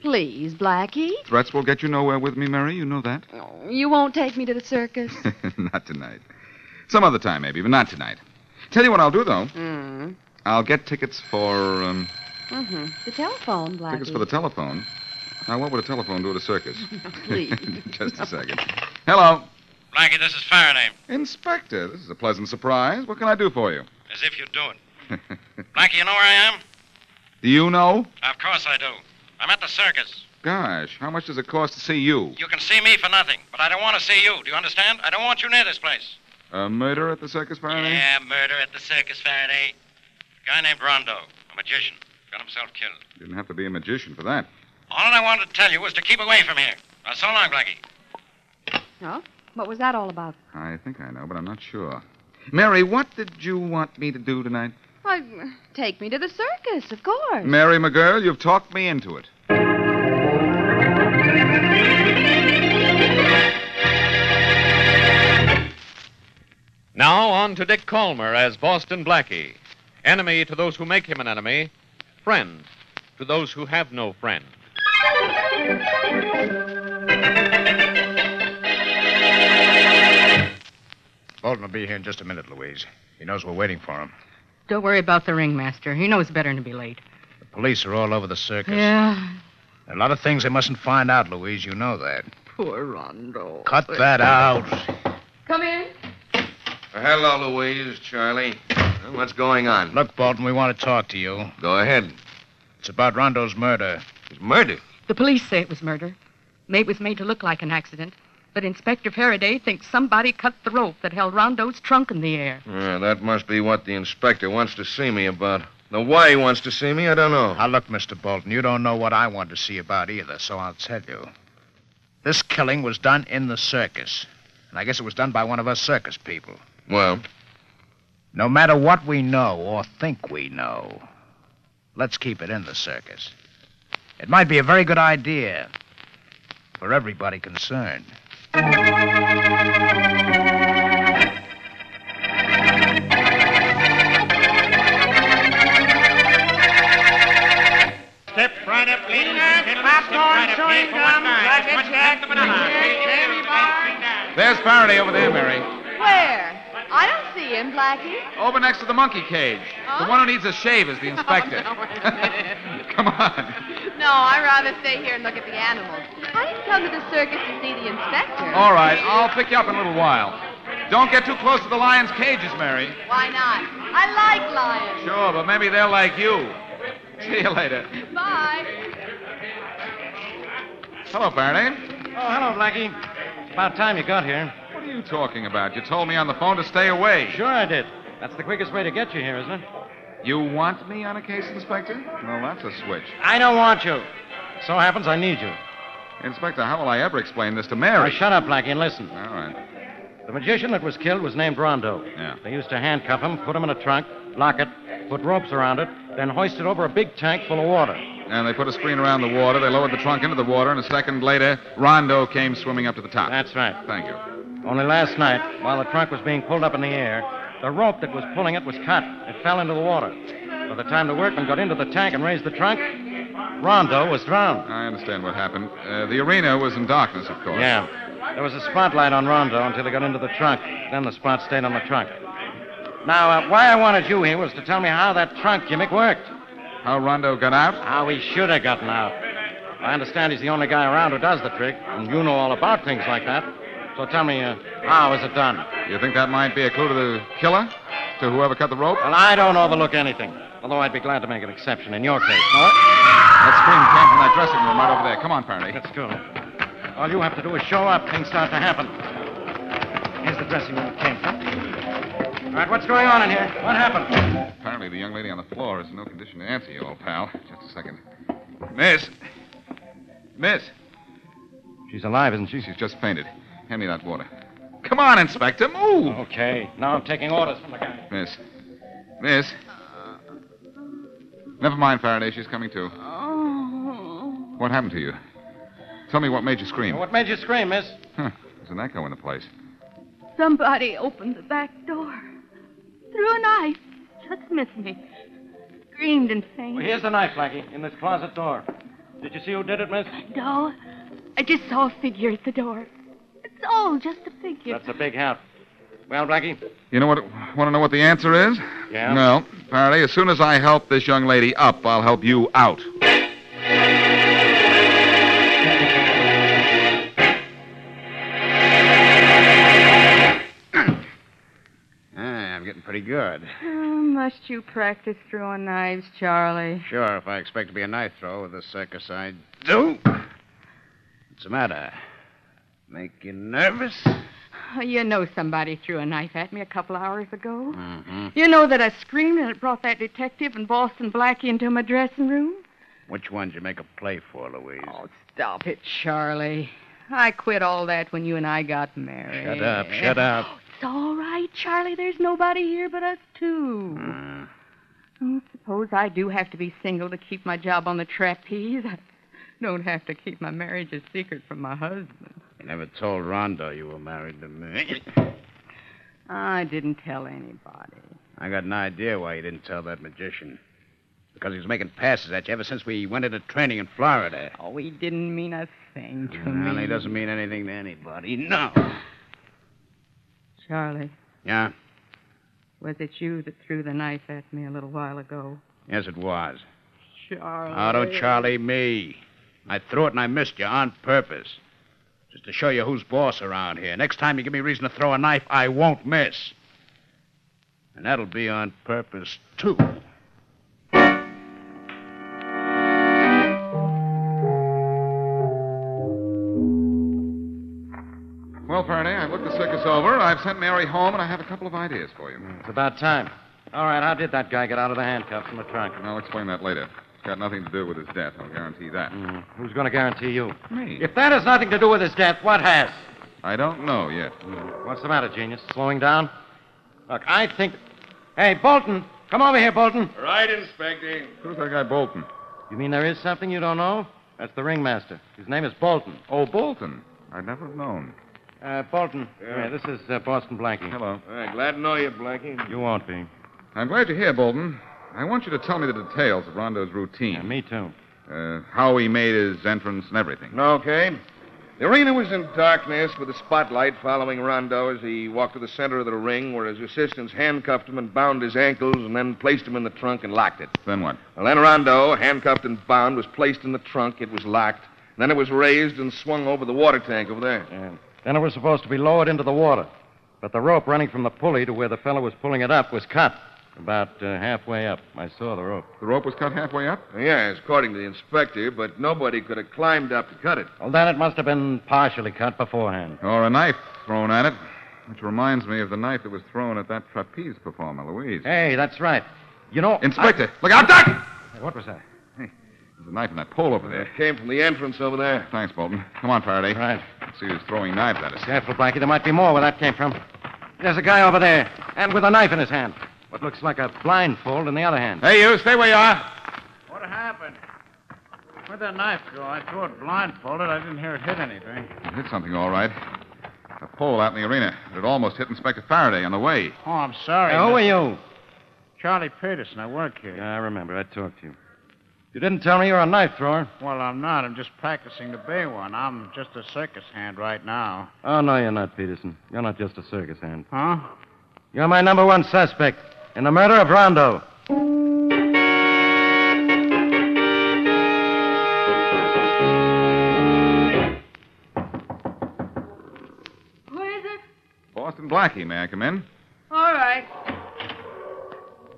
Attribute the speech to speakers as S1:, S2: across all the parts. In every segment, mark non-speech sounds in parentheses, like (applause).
S1: Please, Blackie.
S2: Threats will get you nowhere with me, Mary. You know that.
S1: You won't take me to the circus.
S2: (laughs) not tonight. Some other time, maybe, but not tonight. Tell you what I'll do, though.
S1: Mm.
S2: I'll get tickets for um,
S1: hmm The telephone, Blackie.
S2: tickets for the telephone. Now, what would a telephone do at a circus?
S1: (laughs) Please.
S2: (laughs) Just a second. Hello,
S3: Blackie, this is Faraday.
S2: Inspector. This is a pleasant surprise. What can I do for you? (laughs)
S3: As if you do it. Blackie, you know where I am?
S2: Do you know?
S3: Of course I do. I'm at the circus.
S2: Gosh, how much does it cost to see you?
S3: You can see me for nothing, but I don't want to see you. Do you understand? I don't want you near this place.
S2: A murder at the circus, Faraday?
S3: Yeah, murder at the circus, Faraday. A guy named Rondo, a magician, got himself killed.
S2: Didn't have to be a magician for that.
S3: All I wanted to tell you was to keep away from here. Now, so long, Blackie.
S1: Huh? What was that all about?
S2: I think I know, but I'm not sure. Mary, what did you want me to do tonight?
S1: Why, take me to the circus, of course.
S2: Mary, my girl, you've talked me into it.
S4: Now on to Dick Calmer as Boston Blackie. Enemy to those who make him an enemy, friend to those who have no friend.
S5: Bolton will be here in just a minute, Louise. He knows we're waiting for him.
S6: Don't worry about the ringmaster. He knows better than to be late.
S5: The police are all over the circus.
S6: Yeah.
S5: There are a lot of things they mustn't find out, Louise. You know that.
S6: Poor Rondo.
S5: Cut that out.
S6: Come in.
S7: Hello, Louise, Charlie. What's going on?
S5: Look, Bolton, we want to talk to you.
S7: Go ahead.
S5: It's about Rondo's murder.
S7: His murder?
S6: The police say it was murder. It was made to look like an accident. But Inspector Faraday thinks somebody cut the rope that held Rondo's trunk in the air.
S7: Yeah, that must be what the inspector wants to see me about. Now, why he wants to see me, I don't know.
S5: Now, look, Mr. Bolton, you don't know what I want to see about either, so I'll tell you. This killing was done in the circus. And I guess it was done by one of us circus people.
S7: Well,
S5: No matter what we know or think we know, let's keep it in the circus. It might be a very good idea for everybody concerned.
S8: Step right up, ladies and gentlemen. Popcorn, chewing gum, racket jack,
S2: There's Faraday over there, Mary.
S1: Where? I don't see him, Blackie.
S2: Over next to the monkey cage. The one who needs a shave
S1: (laughs)
S2: is the inspector. Come on.
S1: No, I'd rather stay here and look at the animals. I didn't come to the circus to see the inspector.
S2: All right, I'll pick you up in a little while. Don't get too close to the lion's cages, Mary.
S1: Why not? I like lions.
S2: Sure, but maybe they're like you. See you later.
S1: Bye.
S2: Hello, Faraday.
S9: Oh, hello, Blackie. It's about time you got here.
S2: What are you talking about? You told me on the phone to stay away.
S9: Sure, I did. That's the quickest way to get you here, isn't it?
S2: You want me on a case, Inspector? Well, that's a switch.
S9: I don't want you. So happens I need you.
S2: Inspector, how will I ever explain this to Mary?
S9: Now, shut up, Blackie, and listen.
S2: All right.
S3: The magician that was killed was named Rondo.
S10: Yeah.
S3: They used to handcuff him, put him in a trunk, lock it, put ropes around it, then hoist it over a big tank full of water.
S2: And they put a screen around the water. They lowered the trunk into the water, and a second later, Rondo came swimming up to the top.
S3: That's right.
S2: Thank you.
S3: Only last night, while the trunk was being pulled up in the air, the rope that was pulling it was cut. It fell into the water. By the time the workmen got into the tank and raised the trunk, Rondo was drowned.
S2: I understand what happened. Uh, the arena was in darkness, of course.
S3: Yeah. There was a spotlight on Rondo until they got into the trunk. Then the spot stayed on the trunk. Now, uh, why I wanted you here was to tell me how that trunk gimmick worked.
S2: How Rondo got out?
S3: How he should have gotten out. I understand he's the only guy around who does the trick, and you know all about things like that. So tell me, uh, how was it done?
S2: You think that might be a clue to the killer? To whoever cut the rope?
S3: Well, I don't overlook anything, although I'd be glad to make an exception in your case. No, what?
S2: That scream came from that dressing room right over there. Come on, Faraday.
S3: Let's go. All you have to do is show up. Things start to happen. Here's the dressing room it came from. All right, what's going on in here? What happened?
S2: Apparently, the young lady on the floor is in no condition to answer you, old pal. Just a second. Miss. Miss.
S3: She's alive, isn't she?
S2: She's just fainted. Hand me that water. Come on, Inspector. Move.
S3: Okay. Now I'm taking orders from the guy.
S2: Miss. Miss. Never mind, Faraday. She's coming too. What happened to you? Tell me what made you scream.
S3: What made you scream, miss?
S2: Huh. There's an echo in the place.
S6: Somebody opened the back door. Threw a knife. Just missed me. Screamed and fainted.
S3: Well, here's the knife, Blackie, in this closet door. Did you see who did it, miss?
S6: No, I just saw a figure at the door. It's all just a figure.
S3: That's a big help. Well, Blackie,
S2: You know what? Want to know what the answer is?
S3: Yeah?
S2: No. Faraday, as soon as I help this young lady up, I'll help you out.
S5: Ah, I'm getting pretty good.
S6: Oh, must you practice throwing knives, Charlie?
S5: Sure, if I expect to be a knife thrower with this circus, I do. What's the matter? Make you nervous?
S6: Oh, You know somebody threw a knife at me a couple hours ago.
S5: Mm-hmm.
S6: You know that I screamed and it brought that detective and Boston Blackie into my dressing room?
S5: Which one'd you make a play for, Louise? Oh,
S6: Stop it, Charlie. I quit all that when you and I got married.
S5: shut up, shut up.
S6: It's all right, Charlie. There's nobody here but us two.
S5: Mm.
S6: Oh, suppose I do have to be single to keep my job on the trapeze. I don't have to keep my marriage a secret from my husband.
S5: You never told Rondo you were married to me.
S6: I didn't tell anybody.
S5: I got an idea why you didn't tell that magician. Because he was making passes at you ever since we went into training in Florida.
S6: Oh, he didn't mean a thing to me.
S5: Well, he doesn't mean anything to anybody. No.
S6: Charlie,
S5: Yeah?
S6: was it you that threw the knife at me a little while ago?
S5: Yes, it was.
S6: Charlie.
S5: Oh, don't Charlie me. I threw it and I missed you on purpose. Just to show you who's boss around here. Next time you give me reason to throw a knife, I won't miss. And that'll be on purpose, too.
S2: Well, Faraday, I've looked the circus over. I've sent Mary home, and I have a couple of ideas for you.
S3: it's about time. All right, how did that guy get out of the handcuffs from the trunk?
S2: I'll explain that later. It's got nothing to do with his death. I'll guarantee that.
S3: Mm-hmm. Who's going to guarantee you?
S2: Me.
S3: If that has nothing to do with his death, what has? Mm-hmm.
S2: I don't know yet.
S3: What's the matter, genius? Slowing down? Look, I think. Hey, Bolton! Come over here, Bolton!
S7: Right, Inspector.
S2: Who's that guy Bolton?
S3: You mean there is something you don't know? That's the ringmaster. His name is Bolton.
S2: Oh, Bolton. I'd never have known.
S3: Uh, Bolton, yeah. this is uh, Boston Blackie.
S2: Hello.
S7: glad to know you, Blackie.
S3: You won't be.
S2: I'm glad you're here, Bolton. I want you to tell me the details of Rondo's routine.
S3: me too.
S2: Uh, how he made his entrance and everything.
S7: Okay. The arena was in darkness with a spotlight following Rondo as he walked to the center of the ring where his assistants handcuffed him and bound his ankles and then placed him in the trunk and locked it.
S2: Then what?
S7: Well, then Rondo, handcuffed and bound, was placed in the trunk. It was locked. Then it was raised and swung over the water tank over there.
S3: Then it was supposed to be lowered into the water. But the rope running from the pulley to where the fellow was pulling it up was cut. About uh, halfway up. I saw the rope.
S2: The rope was cut halfway up?
S7: Yes, according to the inspector, but nobody could have climbed up to cut it.
S3: Well, then it must have been partially cut beforehand.
S2: Or a knife thrown at it. Which reminds me of the knife that was thrown at that trapeze performer, Louise.
S3: Hey, that's right. You know.
S2: Inspector, look out, Doc!
S3: I- What was that?
S2: Hey, There's a knife in that pole over there.
S7: Came from the entrance over there.
S2: Thanks, Bolton. Come on, Faraday.
S3: Right.
S2: See who's throwing knives at us.
S3: Careful, Blackie. There might be more where that came from. There's a guy over there, and with a knife in his hand. What looks like a blindfold in the other hand.
S10: Hey, you, stay where you are.
S11: What happened? Where'd that knife go? I threw it blindfolded. I didn't hear it hit anything.
S2: It hit something, all right. A pole out in the arena. It almost hit Inspector Faraday on the way.
S11: Oh, I'm sorry.
S3: Hey, who
S11: Mr.
S3: are you?
S11: Charlie Peterson. I work here.
S3: Yeah, I remember. I talked to you. You didn't tell me you were a knife thrower.
S11: Well, I'm not. I'm just practicing to be one. I'm just a circus hand right now.
S3: Oh, no, you're not, Peterson. You're not just a circus hand.
S11: Huh?
S3: You're my number one suspect in the murder of Rondo.
S6: Who is it?
S2: Boston Blackie, may I come in?
S6: All right.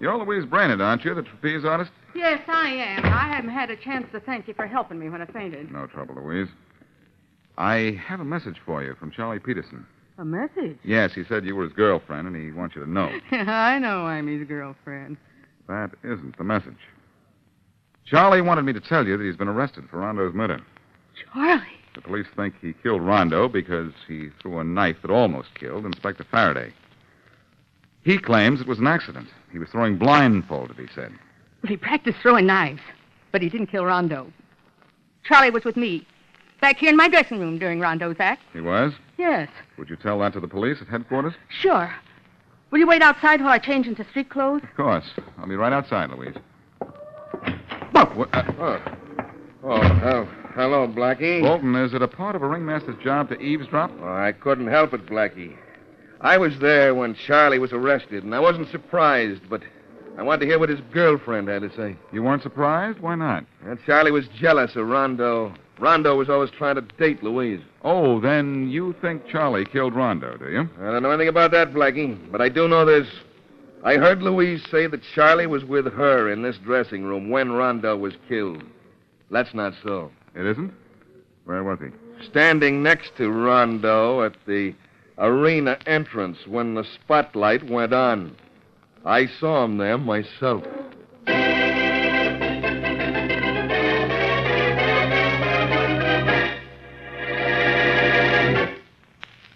S2: You're Louise Brandon, aren't you, the trapeze artist?
S6: Yes, I am. I haven't had a chance to thank you for helping me when I fainted.
S2: No trouble, Louise. I have a message for you from Charlie Peterson.
S6: A message?
S2: Yes, he said you were his girlfriend, and he wants you to know.
S6: (laughs) I know I'm his girlfriend.
S2: That isn't the message. Charlie wanted me to tell you that he's been arrested for Rondo's murder.
S6: Charlie.
S2: The police think he killed Rondo because he threw a knife that almost killed Inspector Faraday. He claims it was an accident. He was throwing blindfolded, he said.
S12: He practiced throwing knives, but he didn't kill Rondo.
S6: Charlie was with me.
S12: Back here in my dressing room during Rondo's act.
S2: He was?
S6: Yes,
S2: Would you tell that to the police at headquarters?
S6: sure. Will you wait outside while I change into street clothes?
S2: Of course. I'll be right outside, Louise. But what? Uh,
S7: Oh, hell. hello, Blackie.
S2: Bolton, is it a part of a ringmaster's job to eavesdrop?
S7: Oh, I couldn't help it, Blackie. I was there when Charlie was arrested, and I wasn't surprised, but I wanted to hear what his girlfriend had to say.
S2: You weren't surprised? Why not?
S7: And Charlie was jealous of Rondo. Rondo was always trying to date Louise.
S2: Oh, then you think Charlie killed Rondo, do you?
S7: I don't know anything about that, Blackie, but I do know this. I heard Louise say that Charlie was with her in this dressing room when Rondo was killed. That's not so.
S2: It isn't? Where was he?
S7: Standing next to Rondo at the arena entrance when the spotlight went on. I saw him there myself.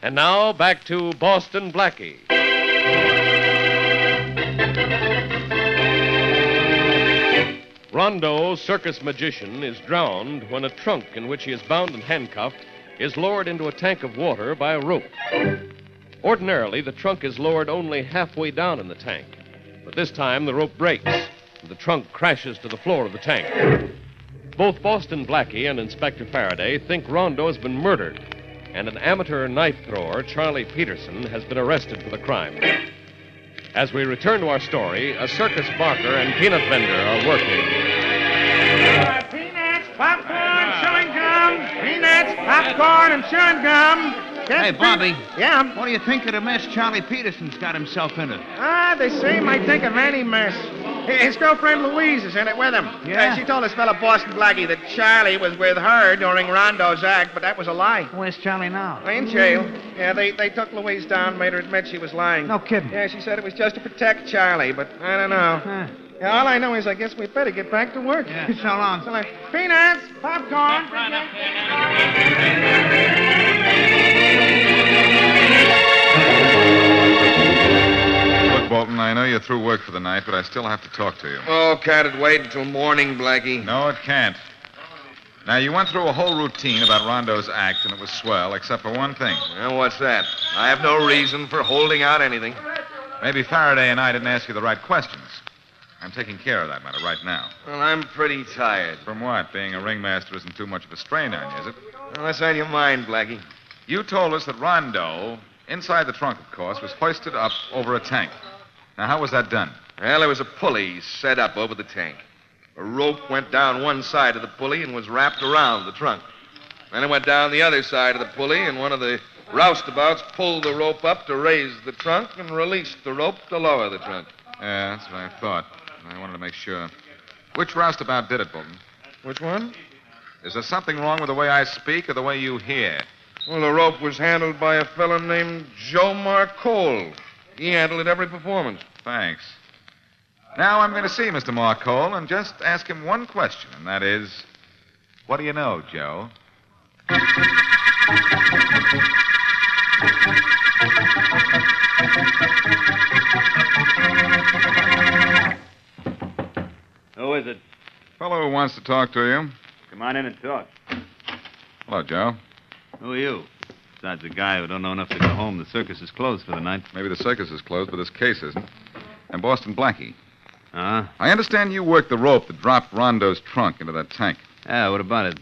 S4: And now back to Boston Blackie. Rondo, circus magician, is drowned when a trunk in which he is bound and handcuffed is lowered into a tank of water by a rope. Ordinarily, the trunk is lowered only halfway down in the tank, but this time the rope breaks and the trunk crashes to the floor of the tank. Both Boston Blackie and Inspector Faraday think Rondo has been murdered and an amateur knife thrower, Charlie Peterson, has been arrested for the crime. As we return to our story, a circus barker and peanut vendor are working.
S8: Peanuts, popcorn, chewing gum. Peanuts, popcorn, and chewing gum. Get
S13: Hey,
S8: pe-
S13: Bobby.
S8: Yeah?
S13: What do you think of the mess Charlie Peterson's got himself into?
S8: Ah, they say he might think of any mess. His girlfriend Louise is in it with him.
S13: Yeah?
S8: Uh, she told this fellow Boston Blackie that Charlie was with her during Rondo's act, but that was a lie.
S13: Where's Charlie now?
S8: In jail. Yeah, they, they took Louise down, made her admit she was lying.
S13: No kidding.
S8: Yeah, she said it was just to protect Charlie, but I don't know. Yeah, all I know is I guess we better get back to work. Yeah.
S13: So long.
S8: (laughs) So long. Peanuts, popcorn.
S2: Look, Bolton, I know you're through work for the night, but I still have to talk to you.
S7: Oh, can't it wait until morning, Blackie?
S2: No, it can't. Now, you went through a whole routine about Rondo's act, and it was swell, except for one thing.
S7: Well, what's that? I have no reason for holding out anything.
S2: Maybe Faraday and I didn't ask you the right questions. I'm taking care of that matter right now.
S7: Well, I'm pretty tired.
S2: From what? Being a ringmaster isn't too much of a strain on you, is it?
S7: Well, that's on your mind, Blackie.
S2: You told us that Rondo, inside the trunk, of course, was hoisted up over a tank. Now, how was that done?
S7: Well, there was a pulley set up over the tank. A rope went down one side of the pulley and was wrapped around the trunk. Then it went down the other side of the pulley, and one of the roustabouts pulled the rope up to raise the trunk and released the rope to lower the trunk.
S2: Yeah, that's what I thought. I wanted to make sure. Which roustabout did it, Bolton?
S7: Which one?
S2: Is there something wrong with the way I speak or the way you hear?
S7: Well, the rope was handled by a fellow named Joe Marcole. He handled it every performance.
S2: Thanks. Now I'm going to see Mr. Marcole and just ask him one question, and that is, what do you know, Joe?
S14: Who is it?
S2: Fellow who wants to talk to you.
S14: Come on in and talk.
S2: Hello, Joe.
S14: Who are you? Besides a guy who don't know enough to go home, the circus is closed for the night.
S2: Maybe the circus is closed, but this case isn't. And Boston Blackie.
S14: Huh?
S2: I understand you worked the rope that dropped Rondo's trunk into that tank.
S14: Yeah, what about it?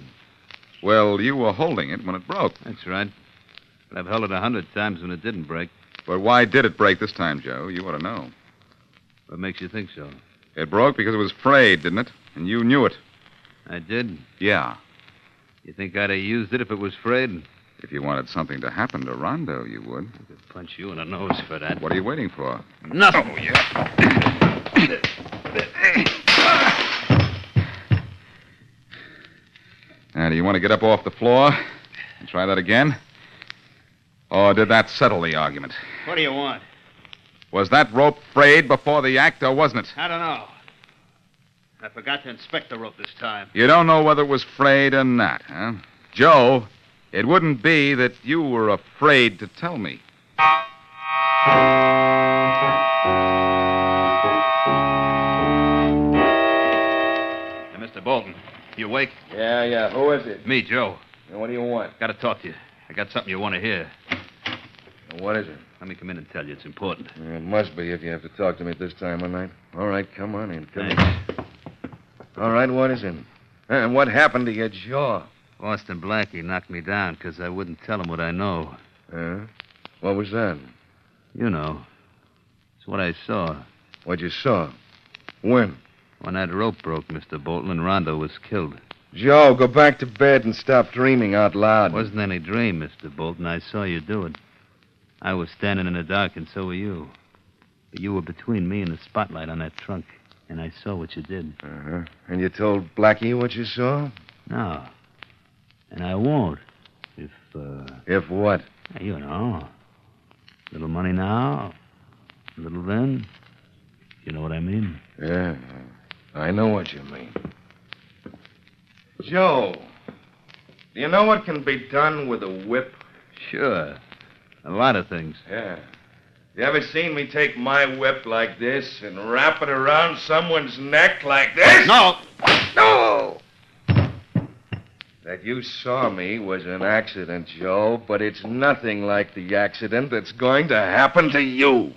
S2: Well, you were holding it when it broke.
S14: That's right. But I've held it a hundred times when it didn't break.
S2: But why did it break this time, Joe? You ought to know.
S14: What makes you think so?
S2: It broke because it was frayed, didn't it? And you knew it.
S14: I did.
S2: Yeah.
S14: You think I'd have used it if it was frayed?
S2: If you wanted something to happen to Rondo, you would. I
S14: could punch you in the nose for that.
S2: What are you waiting for?
S14: Nothing. you.
S2: Now, do you want to get up off the floor and try that again? Or did that settle the argument?
S14: What do you want?
S2: Was that rope frayed before the act, or wasn't it?
S14: I don't know. I forgot to inspect the rope this time.
S2: You don't know whether it was frayed or not, huh? Joe, it wouldn't be that you were afraid to tell me.
S5: Hey, Mr. Bolton, you awake?
S15: Yeah, yeah. Who is it?
S5: Me, Joe.
S15: And what do you want?
S5: Got to talk to you. I got something you want to hear.
S15: What is it?
S5: Let me come in and tell you. It's important.
S15: It must be if you have to talk to me at this time of night. All right, come on in. Come in. All right, what is it? And what happened to your jaw?
S14: Boston Blackie knocked me down because I wouldn't tell him what I know.
S15: Huh? What was that?
S14: You know. It's what I saw.
S15: What you saw? When?
S14: When that rope broke, Mr. Bolton, and Rondo was killed.
S15: Joe, go back to bed and stop dreaming out loud.
S14: Wasn't any dream, Mr. Bolton. I saw you do it. I was standing in the dark, and so were you. But you were between me and the spotlight on that trunk, and I saw what you did.
S15: Uh-huh. And you told Blackie what you saw?
S14: No. And I won't. If, uh.
S15: If what?
S14: You know. Little money now, little then. You know what I mean?
S15: Yeah, I know what you mean.
S8: Joe, do you know what can be done with a whip?
S14: Sure. A lot of things.
S8: Yeah. You ever seen me take my whip like this and wrap it around someone's neck like this?
S5: No.
S8: No!
S15: That you saw me was an accident, Joe, but it's nothing like the accident that's going to happen to you.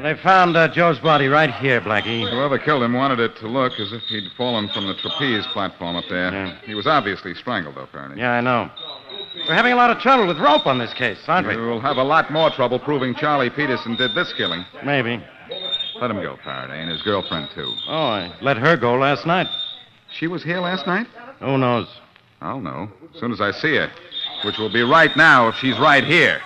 S3: They found uh, Joe's body right here, Blackie.
S2: Whoever killed him wanted it to look as if he'd fallen from the trapeze platform up there. He was obviously strangled, though, Faraday.
S3: Yeah, I know. We're having a lot of trouble with rope on this case, aren't we?
S2: You'll have a lot more trouble proving Charlie Peterson did this killing.
S3: Maybe.
S2: Let him go, Faraday, and his girlfriend, too.
S3: Oh, I let her go last night.
S2: She was here last night?
S3: Who knows?
S2: I'll know as soon as I see her, which will be right now if she's right here.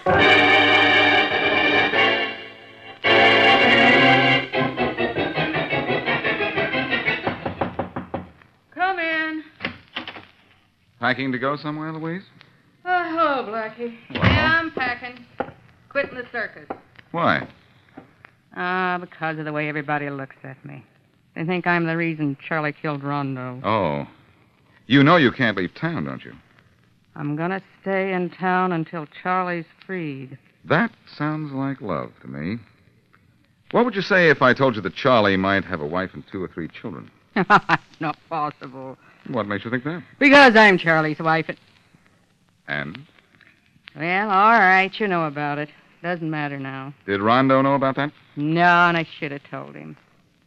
S6: Come in.
S2: Packing to go somewhere, Louise?
S6: Oh, hello, Blackie. Yeah, I'm packing. Quitting the circus.
S2: Why?
S6: Ah, because of the way everybody looks at me. They think I'm the reason Charlie killed Rondo.
S2: Oh. You know you can't leave town, don't you?
S6: I'm gonna stay in town until Charlie's freed. (laughs)
S2: That sounds like love to me. What would you say if I told you that Charlie might have a wife and two or three children?
S6: Not possible.
S2: What makes you think that?
S6: Because I'm Charlie's wife. It...
S2: And?
S6: Well, all right, you know about it. Doesn't matter now.
S2: Did Rondo know about that?
S6: No, and I should have told him.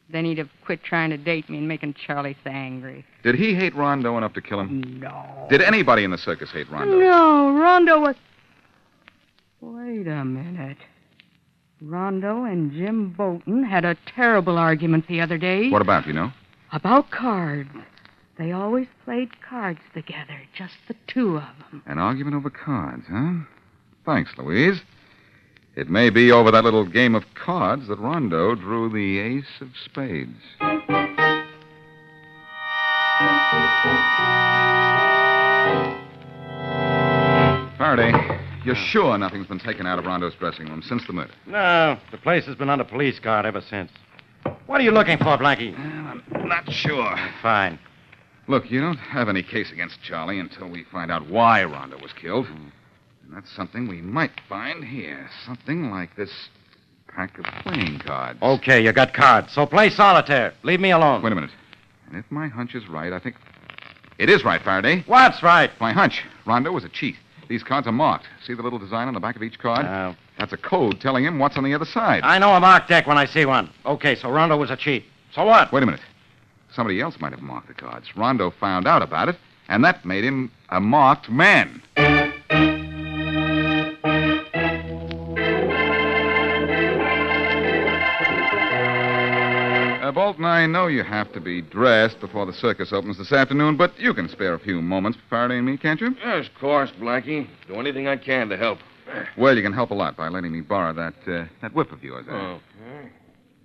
S6: Then he'd have quit trying to date me and making Charlie so angry.
S2: Did he hate Rondo enough to kill him?
S6: No.
S2: Did anybody in the circus hate Rondo?
S6: No, Rondo was. Wait a minute. Rondo and Jim Bolton had a terrible argument the other day.
S2: What about, you know?
S6: About cards. They always played cards together, just the two of them.
S2: An argument over cards, huh? Thanks, Louise. It may be over that little game of cards that Rondo drew the ace of spades. Faraday, you're sure nothing's been taken out of Rondo's dressing room since the murder?
S3: No, the place has been under police guard ever since. What are you looking for, Blackie?
S2: Uh, Not sure.
S3: Fine.
S2: Look, you don't have any case against Charlie until we find out why Rondo was killed.
S3: Hmm.
S2: And that's something we might find here. Something like this pack of playing cards.
S3: Okay, you got cards, so play solitaire. Leave me alone.
S2: Wait a minute. And if my hunch is right, I think. It is right, Faraday.
S3: What's right?
S2: My hunch. Rondo was a cheat. These cards are marked. See the little design on the back of each card?
S3: No.
S2: That's a code telling him what's on the other side.
S3: Uh, I know a marked deck when I see one. Okay, so Rondo was a cheat. So what?
S2: Wait a minute. Somebody else might have marked the cards. Rondo found out about it, and that made him a marked man. Uh, Bolton, I know you have to be dressed before the circus opens this afternoon, but you can spare a few moments for Faraday and me, can't you?
S7: Yes, of course, Blackie. Do anything I can to help.
S2: Well, you can help a lot by letting me borrow that uh, that whip of yours.
S7: Oh.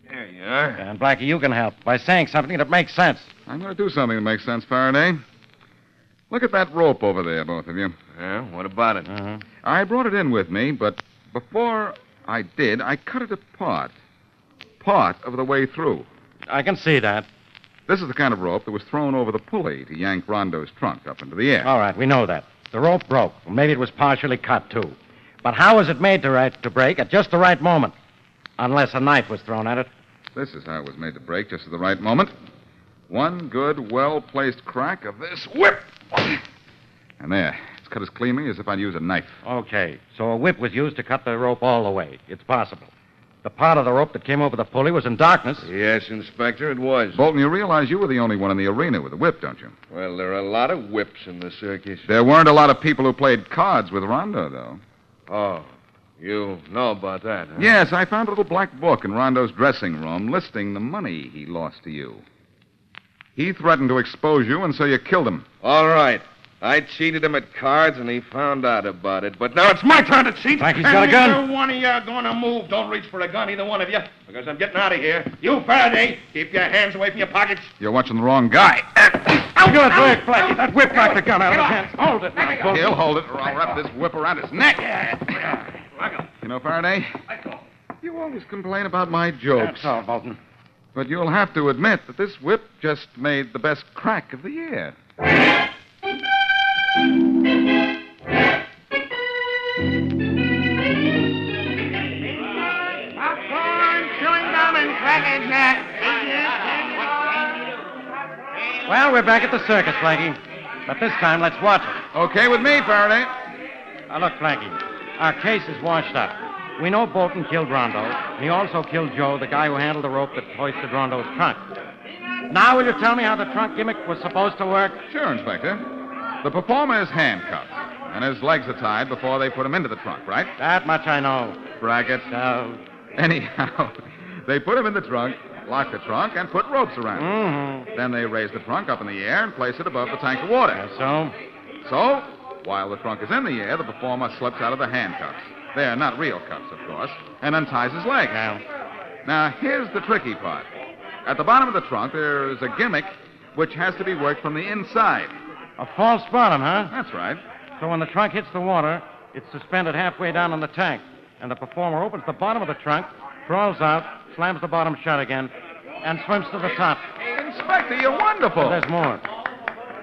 S7: There you are.
S3: And Blackie, you can help by saying something that makes sense.
S2: I'm going to do something that makes sense, Faraday. Look at that rope over there, both of you.
S7: Yeah, what about it?
S3: Uh-huh.
S2: I brought it in with me, but before I did, I cut it apart. Part of the way through.
S3: I can see that.
S2: This is the kind of rope that was thrown over the pulley to yank Rondo's trunk up into the air.
S3: All right, we know that. The rope broke. Well, maybe it was partially cut, too. But how was it made to, right, to break at just the right moment? Unless a knife was thrown at it.
S2: This is how it was made to break just at the right moment. One good, well placed crack of this whip. And there. It's cut as cleanly as if I'd used a knife.
S3: Okay, so a whip was used to cut the rope all the way. It's possible. The part of the rope that came over the pulley was in darkness.
S7: Yes, Inspector, it was.
S2: Bolton, you realize you were the only one in the arena with a whip, don't you?
S7: Well, there are a lot of whips in the circus.
S2: There weren't a lot of people who played cards with Rondo, though.
S7: Oh, you know about that, huh?
S2: Yes, I found a little black book in Rondo's dressing room listing the money he lost to you. He threatened to expose you, and so you killed him.
S7: All right. I cheated him at cards, and he found out about it. But now it's my turn to cheat.
S3: Blackie's
S7: and
S3: got a gun.
S7: Either one of you are going to move. Don't reach for a gun, either one of you, because I'm getting out of here. You, Faraday, keep your hands away from your pockets.
S2: You're watching the wrong guy.
S3: Ow, Good work, Blackie. That whip knocked the gun out of his hand. Hold it now, Bolton.
S2: He'll hold it, or I'll wrap this whip around his neck. You know, Faraday, you always complain about my jokes.
S3: That's all, Bolton.
S2: But you'll have to admit that this whip just made the best crack of the year.
S6: Popcorn, chewing gum, and crackers
S3: Well, we're back at the circus, Blackie. But this time, let's watch it.
S2: Okay with me, Faraday.
S3: Now, look, Blackie, our case is washed up. We know Bolton killed Rondo, and he also killed Joe, the guy who handled the rope that hoisted Rondo's trunk. Now, will you tell me how the trunk gimmick was supposed to work?
S2: Sure, Inspector. The performer is handcuffed, and his legs are tied before they put him into the trunk, right?
S3: That much I know.
S2: Bracket.
S3: No.
S2: Anyhow, (laughs) they put him in the trunk, lock the trunk, and put ropes around it.
S3: Mm-hmm.
S2: Then they raise the trunk up in the air and place it above the tank of water.
S3: So,
S2: So, while the trunk is in the air, the performer slips out of the handcuffs. They are not real cuffs, of course, and unties his leg. Now, here's the tricky part. At the bottom of the trunk, there is a gimmick which has to be worked from the inside.
S3: a false bottom, huh?
S2: That's right.
S3: So when the trunk hits the water, it's suspended halfway down on the tank, and the performer opens the bottom of the trunk, crawls out, slams the bottom shut again, and swims to the top.
S2: Inspector, you're wonderful.
S3: But Oh, there's more.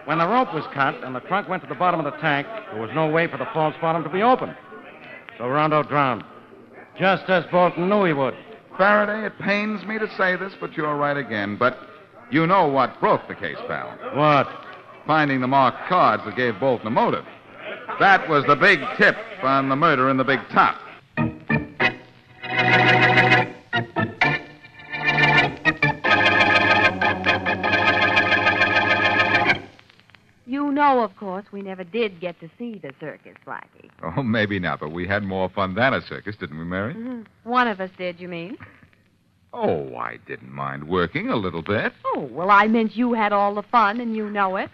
S3: When the rope was cut and the trunk went to the bottom of the tank, there was no way for the false bottom to be opened. So Rondo drowned, just as Bolton knew he would.
S2: Faraday, it pains me to say this, but you're right again. But you know what broke the case, pal.
S3: What?
S2: Finding the marked cards that gave Bolton a motive. That was the big tip on the murder in the big top.
S6: You know, of course, we never did get to see the circus, Blackie.
S2: Oh, maybe not, but we had more fun than a circus, didn't we, Mary?
S6: Mm-hmm. One of us did, you mean?
S2: Oh, I didn't mind working a little bit. (laughs)
S6: Oh, well, I meant you had all the fun, and you know it.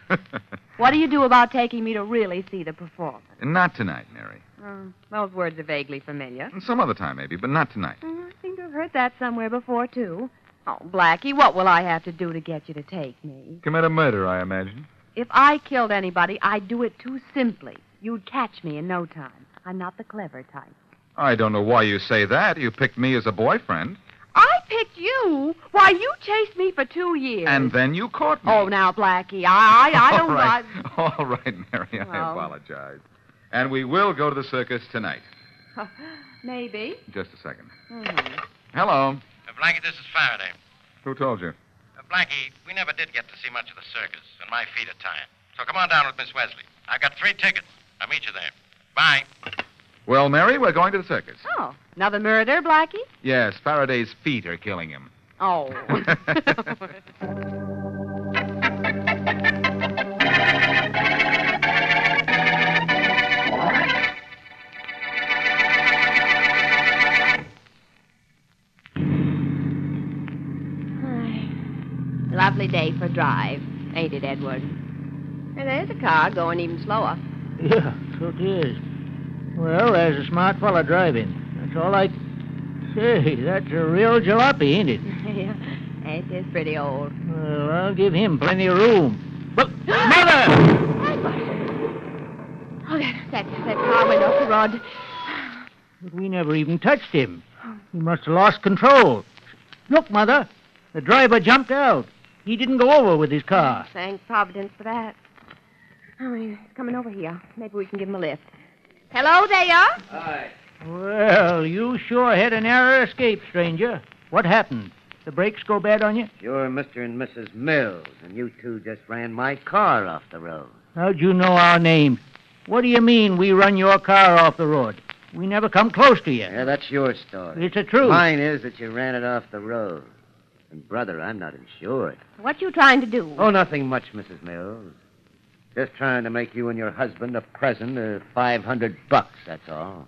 S6: what do you do about taking me to really see the performance?
S2: Not tonight, Mary.
S6: Oh, those words are vaguely familiar.
S2: Some other time, maybe, but not tonight.
S6: Mm, I think I've heard that somewhere before, too. Oh, Blackie, what will I have to do to get you to take me?
S2: Commit a murder, I imagine.
S6: If I killed anybody, I'd do it too simply. You'd catch me in no time.
S1: I'm not the clever type.
S2: I don't know why you say that. You picked me as a boyfriend.
S1: I picked you? Why, you chased me for two years.
S2: And then you caught me.
S1: Oh, now, Blackie, I, I,
S2: (laughs)
S1: I
S2: All
S1: don't
S2: right.
S1: like-
S2: All right, Mary, I
S1: Well.
S2: apologize. And we will go to the circus tonight.
S1: (laughs) Maybe.
S2: Just a second.
S1: Hmm.
S2: Hello.
S16: Uh, Blackie, this is Faraday.
S2: Who told you?
S16: Uh, Blackie, we never did get to see much of the circus, and my feet are tired. So come on down with Miss Wesley. I've got three tickets. I'll meet you there. Bye.
S2: Well, Mary, we're going to the circus.
S1: Oh, another murder, Blackie?
S2: Yes, Faraday's feet are killing
S1: (laughs)
S2: him. (laughs)
S1: Oh. Lovely day for a drive, ain't it, Edward? And there's a car going even slower. (laughs)
S17: Yeah, so it is. Well, there's a smart fella driving. That's all I. Say, that's a real jalopy, ain't it?
S1: yeah, ain't this pretty old?
S17: Well, I'll give him plenty of room.
S1: Mother! Oh, that, that, that car went off the road.
S17: But we never even touched him. He must have lost control. Look, Mother, the driver jumped out. He didn't go over with his car.
S1: Thank Providence for that. Oh, he's coming over here. Maybe we can give him a lift. Hello there. Hi.
S17: Well, you sure had a narrow escape, stranger. What happened? The brakes go bad on you?
S18: You're Mr. and Mrs. Mills, and you two just ran my car off the road.
S17: How'd you know our names? What do you mean we run your car off the road? We never come close to you.
S18: Yeah, that's your story.
S17: It's the truth.
S18: Mine is that you ran it off the road. And, brother, I'm not insured.
S1: What you trying to do?
S18: Oh, nothing much, Mrs. Mills. Just trying to make you and your husband a present of 500 bucks, that's all.